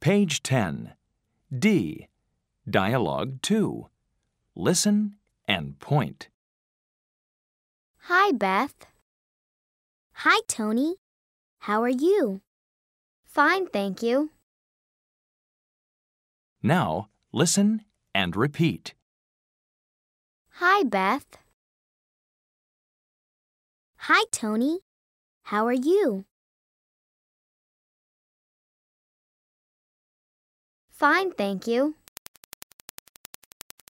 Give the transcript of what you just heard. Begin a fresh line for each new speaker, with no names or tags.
Page 10. D. Dialogue 2. Listen and point.
Hi, Beth. Hi, Tony. How are you? Fine, thank you.
Now, listen and repeat.
Hi, Beth. Hi, Tony. How are you? Fine, thank you.